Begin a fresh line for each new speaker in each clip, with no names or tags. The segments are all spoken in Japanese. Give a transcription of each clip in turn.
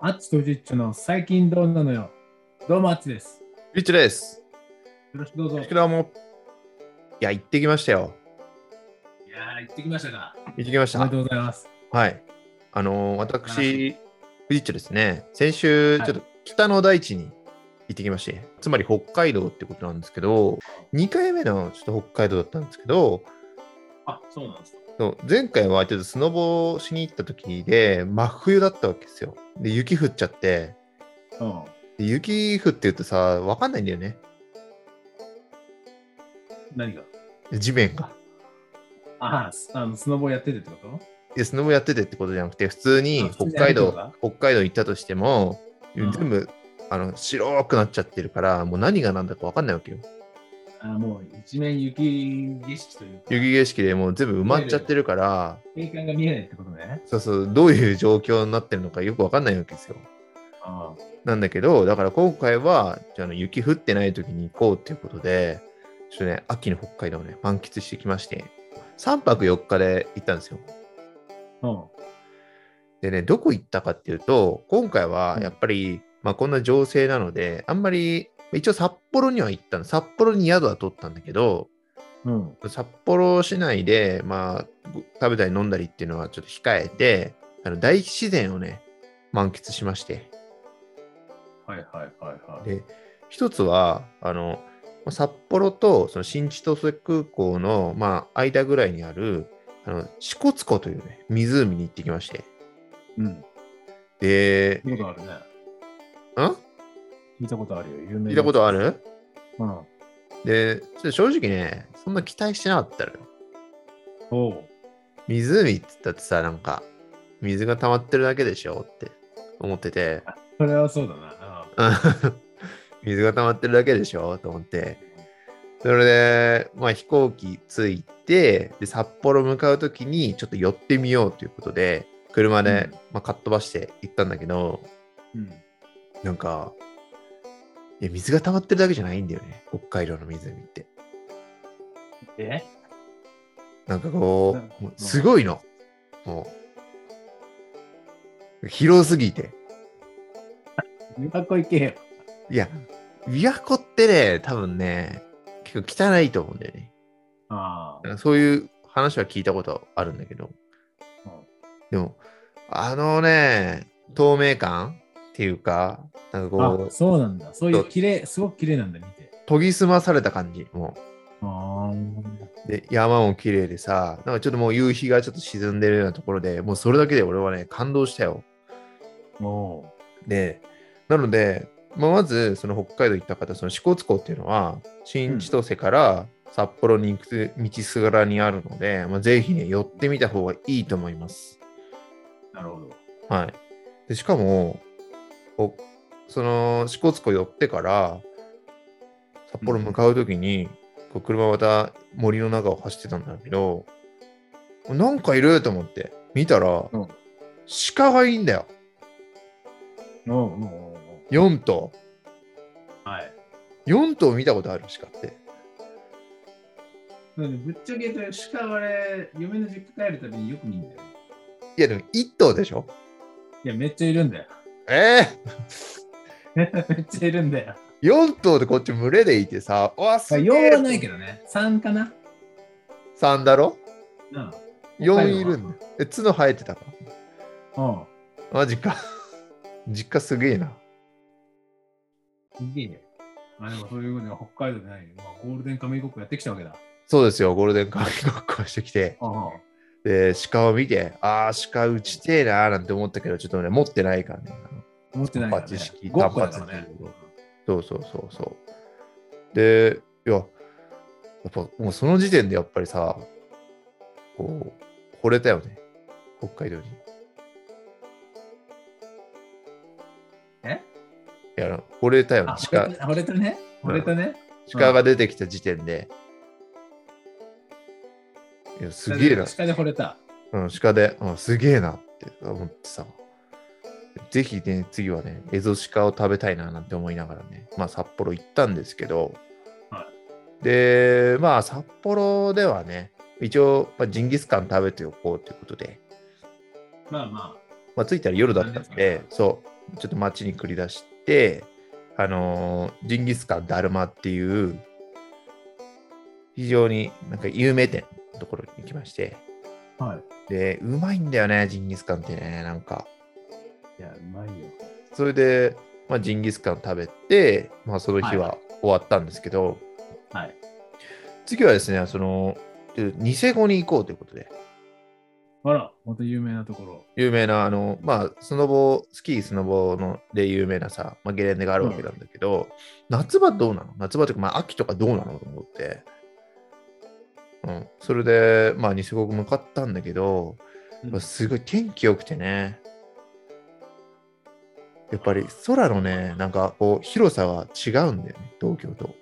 アッチとジッチの最近どうなのよ。どうもアッチです。
リッチです。
よろしくどうぞ。
よ
い
ろしくどうも。いや、行ってきましたよ。
やー、行ってきましたか。
行ってきまし
おめ
た
で。とうございます。
はい。あのー
素晴
私、リッチですね、先週、
はい
ちょっと北の大地に行ってきまして、つまり北海道ってことなんですけど、2回目のちょっと北海道だったんですけど、
あ、そうなんですか。
そう前回はちょっとスノボしに行った時で、真冬だったわけですよ。で、雪降っちゃって、
うん。
で雪降ってるとさ、わかんないんだよね、
何が
地面が。
あースあの、スノボやっててってこと
で、スノボやっててってことじゃなくて、普通
あ
に
普通に
北
歩いて
海道
たのか、
北海道行ったとしても、
うん
全部、あの、白くなっちゃってるから、もう何が何だか分かんないわけよ。
あーもう一面雪景色というか、
雪景色でもう全部埋まっちゃってるから、
景観が見えないってことね。
そうそう、どういう状況になってるのかよく分かんないわけですよ。
あ
なんだけど、だから今回は、じゃああの雪降ってない時に行こうっていうことで、ちょっとね、秋の北海道をね、満喫してきまして、3泊4日で行ったんですよ。
あ。うん。
でね、どこ行ったかっていうと、今回はやっぱり、まあこんな情勢なので、あんまり、一応札幌には行ったの、札幌に宿は取ったんだけど、
うん。
札幌市内で、まあ、ご食べたり飲んだりっていうのはちょっと控えて、あの大自然をね、満喫しまして。
はいはいはいはい。
で、一つは、あの、まあ札幌とその新千歳空港の、まあ、間ぐらいにある、あの、支笏湖というね、湖に行ってきまして。
うん。
で、
聞いたことあるね。
ん
聞いたことあるよ。有名な
聞いたことある
うん。
で、ちょっと正直ね、そんな期待してなかったのよ。
おう。
湖って言ったってさ、なんか、水が溜まってるだけでしょって思ってて、
それはそうだな。
うん水が溜まってるだけでしょと思って。それで、まあ飛行機着いて、で札幌向かうときにちょっと寄ってみようということで、車
う
で、
ん
まあ、かっ飛ばして行ったんだけど、
うん。うん。
なんか、いや、水が溜まってるだけじゃないんだよね。北海道の湖って。
え
なんかこ
うん
う、もうすごいの。もう、広すぎて。
琵琶湖行けよ。
いや、琵琶湖ってね、多分ね、結構汚いと思うんだよね。
ああ。
そういう話は聞いたことあるんだけど。
うん
でも、あのね、透明感っていうか、なんかこ
あ
う、
そうなんだ。そうい
そうう
綺麗、すごく綺麗なんだ、見て。
研ぎ澄まされた感じ。も
あ
うで、山も綺麗でさ、なんかちょっともう夕日がちょっと沈んでるようなところでもうそれだけで俺はね、感動したよ。
あ。も
で、なので、まあ、まず、その北海道行った方、その支笏湖っていうのは、新千歳から札幌に行く道すがらにあるので、まあ、ぜひね、寄ってみた方がいいと思います。
う。なるほど。
はい。で、しかも、おその支笏湖寄ってから、札幌向かうときに、こう車また森の中を走ってたんだけど、なんかいると思って、見たら、
うん
鹿がいいんだよ。
おうおうおうおう
4頭。
はい。
4頭見たことある鹿って。
なんでぶっちゃけ言うと、鹿はあれ、嫁の実家帰るたびによく見んだよ。
いやでも1頭でしょ
いや、めっちゃいるんだよ。
え
めっちゃいるんだよ。
え4頭でこっち群れでいてさ、わ
まあ、
すげ
用
え
はないけどね。3かな。
3だろ
うん。
?4 いるんだ。え、角生えてたか
おう
マジか。 実家すげえな。
すげえよ。まあでもそういうことは北海道でない。まあ、ゴールデンカムイごっこやってきたわけだ。
そうですよ、ゴールデンカムイごっこをしてきて、
ああ。
で、鹿を見て、ああ、鹿打ちてえなーなんて思ったけど、ちょっとね、持ってないからね。
思ってないから、
単
ね
発知識。
ごっこだからね
単発知。そうそうそうそう。で、いや、やっぱもうその時点でやっぱりさ、こう、惚れたよね、北海道に。
え
いや、惚れたよね
あ、、
鹿
惚、れたね。惚れたね。
鹿が出てきた時点で。いや、すげえな。
鹿で惚れた。
うん、鹿で、うん、すげえなって思ってさ、ぜひね、次はね、エゾシカを食べたいななんて思いながらね、まあ札幌行ったんですけど、
は
で、まあ札幌ではね、一応、まあ、ジンギスカン食べておこうということで、
まあま
まあ着いたら夜だったん
何で
で、そう、ちょっと街に繰り出して、あのージンギスカンだるまっていう、非常になんか有名店のところに行きまして、
はい。
で、うまいんだよね、ジンギスカンってね、なんか。
いや、うまいよ。
それで、まあ、ジンギスカン食べて、まあ、その日
は
は終わったんですけど、
はい
次はですね、その、ニセコに行こうということで、
あら、また有名なところ。
有名な、あの、まあ、スノボ、スキー、スノボので有名なさ、まあ、ゲレンデがあるわけなんだけど、夏場どうなの夏場というか、まあ、秋とかどうなのと思って、うん、それで、まあ、ニセコ向かったんだけど、
うん
まあすごい天気良くてね、やっぱり空のね、なんかこう、広さは違うんだよね、東京と。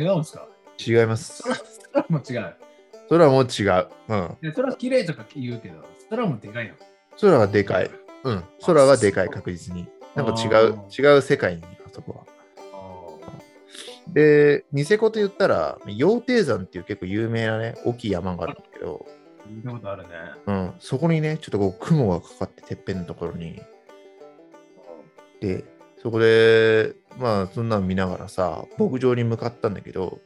違うんですか
違います。
空も違う。
空も違う。うん。
いや、空綺麗とか言うけど、空もでかいよ。
空はでかい。うん。空はでかい、
そう
確実に。なんか違う
あ、
違う世界に、あそこは。
あ
で、ニセコと言ったら、羊蹄山っていう結構有名なね、大きい山があるんだけど、
ー聞いたことあるね。
うん、そこにね、ちょっとこう雲がかかっててっぺんのところに。で、そこで、まあ、そんなの見ながらさ、牧場に向かったんだけど、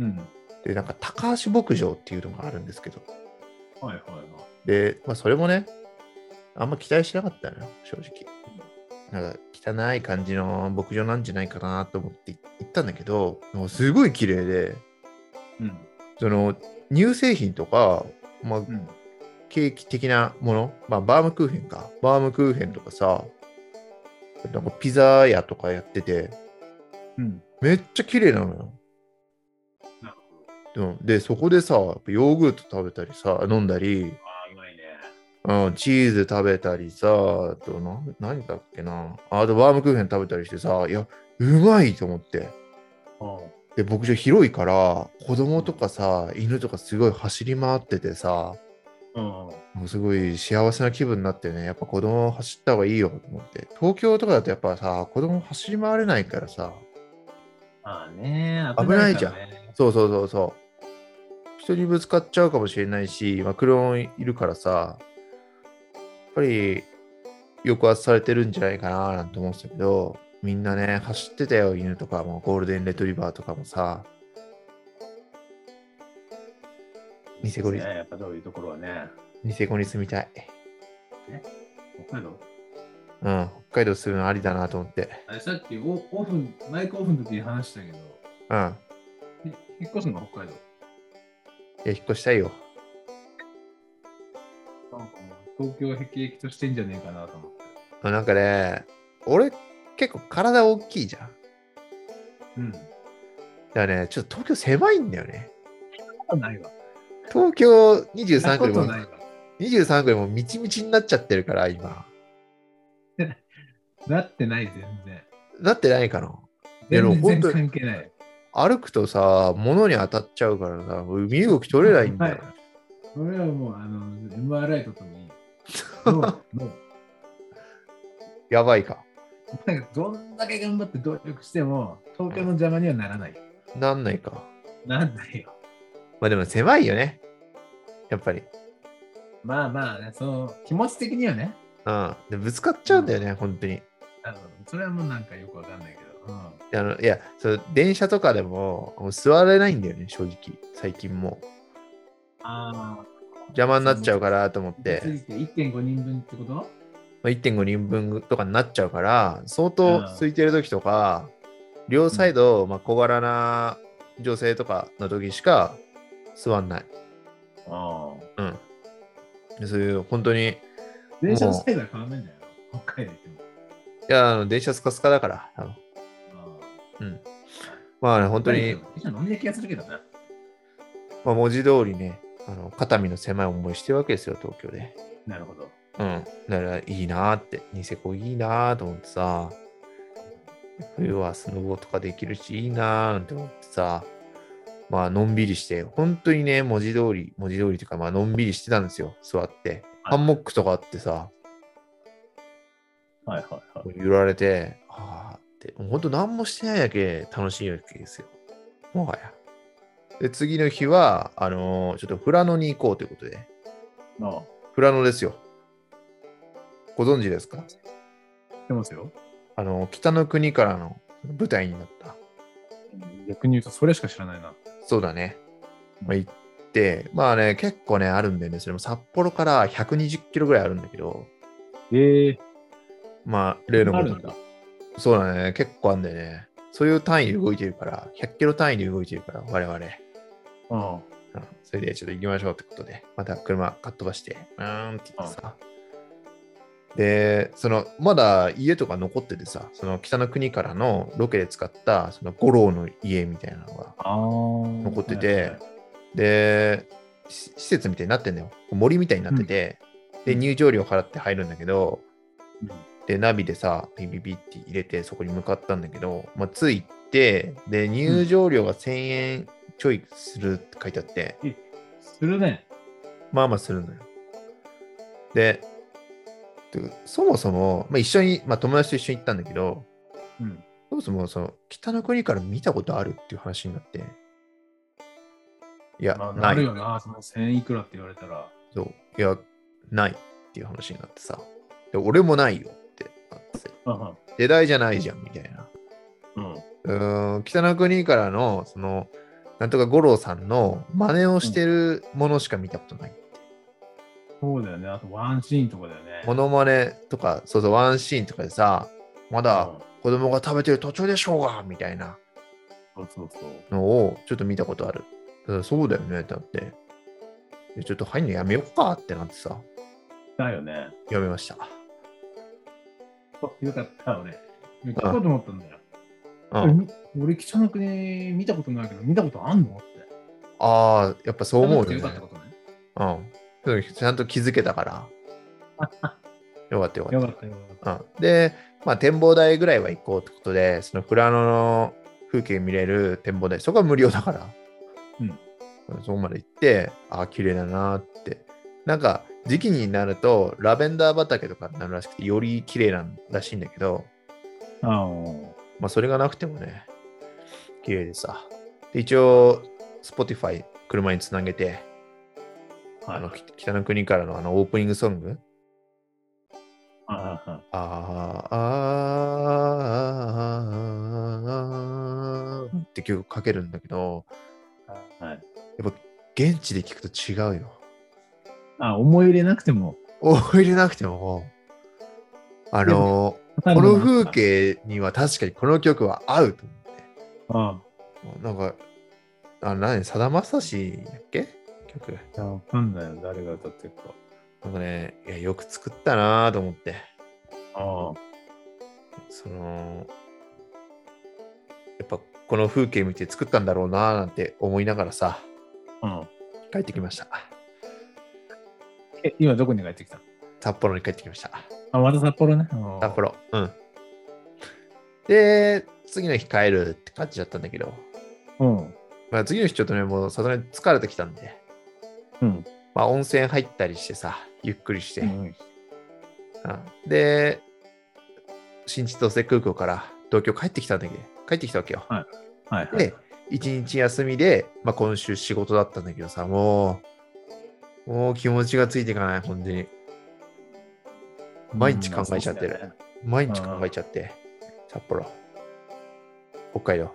うん。
で、なんか高橋牧場っていうのがあるんですけど、
はいはいはい。
で、まあ、それもね、あんま期待しなかったのよ、正直。なんか、汚い感じの牧場なんじゃないかなと思って行ったんだけど、もうすごい綺麗で、
うん。
その、乳製品とか、まあ、
うん。
ケーキ的なもの、まあ、バームクーヘンか。バームクーヘンとかさ、なんかピザ屋とかやってて、
うん。
めっちゃ綺麗なのよ。
なるほど。
うんで、そこでさ、やっぱヨーグルト食べたりさ、飲んだり、
ああ、うまいね。
うん、チーズ食べたりさ、あとな何だっけな。あとバームクーヘン食べたりしてさ、いや、うまいと思って。
う
で、牧場広いから、子供とかさ、犬とかすごい走り回っててさ、
ん。うん。
もうすごい幸せな気分になってね、やっぱ子供走った方がいいよと思って。東京とかだとやっぱさ、子供走り回れないからさ、
まあね、
危ないじゃん
危ないからね
そうそうそうそう。人にぶつかっちゃうかもしれないし、まあ、車もいるからさ、やっぱり抑圧されてるんじゃないかななんて思ってたけど、みんなね、走ってたよ、犬とかも、ゴールデンレトリバーとかもさ、ニセコに
ね、やっぱそういうところはね、
ニセコに住みたい。
北海道。
うん、北海道住むのありだなと思って。
あれさっきオオフン、マイクオフの時に話したけど、
うん。
ひ引っ越すの北海道。
いや、引っ越したいよ。
なんかもう東京辟易としてんじゃねえかなと思って。
あなんかね、俺、結構体大きいじゃん。
うん。
だからね、ちょっと東京狭いんだよね。
ないわ。
東京
そんな
23
こ
区で
と
も
ないわ。
23区でもみちみちになっちゃってるから、今。
なってない、全然。
なってないかな。いやでも
全然
本当に
関係ない。
歩くとさ、物に当たっちゃうからさ、身動き取れないんだよ。
は俺はもう、あの、MRI ととも に、もう、もう、
やばいか。
なんかどんだけ頑張って努力しても、東京の邪魔にはならない。
なんないか。
なんないよ。
まあでも狭いよね。やっぱり。
まあまあね、その、気持ち的にはね、
うん。でぶつかっちゃうんだよね、本当に。
あのそれはもうなんかよくわかんないけど、うん。
あのいやそう、電車とかでももう座れないんだよね、正直。最近もう。
ああ。
邪魔になっちゃうからと思っ
で、
て、
1.5人分ってこと
まあ、1.5人分とかになっちゃうから、相当空いてる時とか、両サイド、まあ、小柄な女性とかの時しか座んない。
ああ。
うん。でそういう、本当に、い
電車のサイズは変わんないんだよ。北海道行っても。
や、あの電車スカスカだから、多分
ああ
うん。まあね、本当に、
電車飲みな気がするけどな。
まあ、文字通りね、あの肩身の狭い思いしてるわけですよ、東京で。
なるほど。
うん。だから、いいなーって、ニセコいいなーと思ってさ、冬はスノボとかできるし、いいなーなんて思ってさ、まあ、のんびりして、本当にね、文字通り、文字通りというか、まあ、のんびりしてたんですよ、座って。
は
ハ
い
ンモックとかあってさ、
はいはいは
こ。う揺られて、ああって、もう本当何もしてないだけ楽しいわけですよ。もはや。で、次の日は、あのーちょっと富良野に行こうということで、
ああ
富良野ですよ。ご存知ですか
ってますよ。
あの、北の国からの舞台になった。
逆に言うと、それしか知らないな。
そうだね。まあ、行って、まあね、結構ね、あるんだよね。それも札幌から120キロぐらいあるんだけど、
ええ
まあ、例の
あ
ご
る
と
んだ。
そうだね、結構あるんだよね。そういう単位で動いてるから、100キロ単位で動いてるから、我々。
あ
うんそれでちょっと行きましょうってことで、また車かっ飛ばして、うーんって言ってさ。で、その、まだ家とか残っててさ、その北の国からのロケで使った、その五郎の家みたいなのが、
あ。残
残っててで、し施設みたいになってんだよ。森みたいになってて、で、入場料払って入るんだけど、で、ナビでさ、ピピピって入れて、そこに向かったんだけど、まあ、着いて、で、入場料が1000円ちょいするって書いてあって、
するね。
まあまあするのよ。で、てかそもそも、まあ、一緒に、まあ、友達と一緒に行ったんだけど、
うん。
そもそもその北の国から見たことあるっていう話になって、いや、
まあ、
な
ないるよな。その1000いくらって言われたら。
そういや、ないっていう話になってさ、で俺もないよってなって、
うん
世代じゃないじゃんみたいな。
うん。
うーん、北の国からの、その、なんとか五郎さんの真似をしてるものしか見たことない。
そうだよね。あと、ワンシーンとかだよね。
モノマネとか、そうそう、ワンシーンとかでさ、まだ子供が食べてる途中でしょうがみたいな
うんそうそうそう。
のをちょっと見たことある。だからそうだよね、だって。でちょっと入るのやめようかってなってさ、
だよね。
やめました。
よかった、俺。聞こうと思ったんだよ。
うん、
え俺、北の国見たことないけど、見たことあんのって。
ああ、やっぱそう思うよ
食べ
ね
て。かったことね。
うんでも、ちゃんと気づけた から。よかったよか
よ
っ。
かったよかった
うん、で、まあ、展望台ぐらいは行こうってことで、その富良野の風景見れる展望台、そこは無料だから。
うん。
そこまで行って、ああ、綺麗だなって。なんか、時期になると、ラベンダー畑とかになるらしくて、より綺麗なんらしいんだけど、
た。あの
まあ、それがなくてもね、綺麗でさ。で一応、Spotify、車につなげて、あの、
はい
き北の国からのあの、オープニングソング、
はいはい
あーあーあーあーあーあーって曲かけるんだけど、
はい。
現地で聞くと違うよ。
あ、思い入れなくても。
お入れなくても、あの、
こ
この風。景には確かにこの曲は合うと
あ
思う。なんか、あ、何、さだまさしだっけ曲。
あ、わかんないよ。誰が歌ってるか。
なんかね、いや、よく作ったなと思って。
ああ、
その、やっぱこの風景見て作ったんだろうななんて思いながらさ、
うん。
帰ってきました。
え、今どこに帰ってきた
札幌に帰ってきました。
あ、また札幌ね。うん
札。幌。うん。で、次の日帰るって感じだったんだけど、
うん。
まあ、次の日ちょっとね、もうさすがに疲れてきたんで、
うん。
まあ、温泉入ったりしてさ、ゆっくりして、
うん
うんで、新千歳空港から東京帰ってきたんだけど、帰ってきたわけよ。
はいはい。
で、一日休みで、まあ、今週仕事だったんだけどさ、もう、もう気持ちがついていかない、本当に。毎日考えちゃってる
うん。
毎日考えちゃって、札幌、北海道。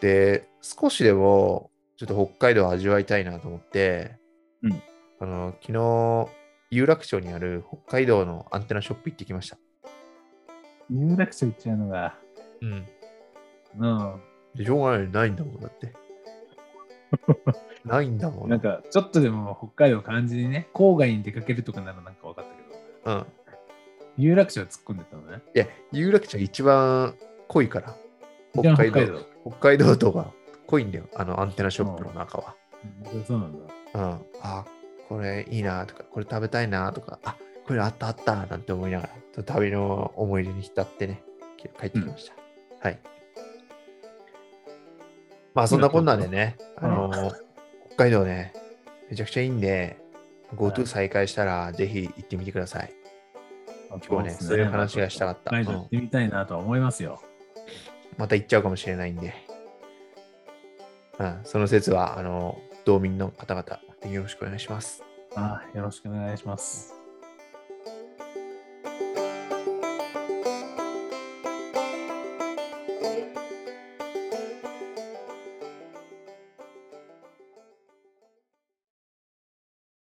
で、少しでも、ちょっと北海道を味わいたいなと思って、
うん
あの昨日、有楽町にある北海道のアンテナショップ行ってきました。
有楽町行っちゃうのが。
うん。
うん。
で、しょうがない、ないんだもん、だって。ないんだもん。
なんか、ちょっとでも北海道を感じにね、郊外に出かけるとかならなんか分かったけど、
うん。
有楽町は突っ込んでたのね。
いや、有楽町一番濃いから。
じゃ
北
あ
海道。。北海道とか濃いんだよ、あのアンテナショップの中は。
うんそうなんだ。
うん、あこれいいなとかこれ食べたいなとかあこれあったあったなんて思いながら旅の思い出に浸ってね帰ってきました、はいまあそんなこんなんでねあ
うん
の北海道ねめちゃくちゃいいんで
は
GoTo
い
再開したらぜひ行ってみてください今日はね
っす
そういう話がしたかった
北海道行ってみたいなとは思いますよ。
また行っちゃうかもしれないんで、うん、その説はあの道民の方々でよろしくお願いします
あよろしくお願いします。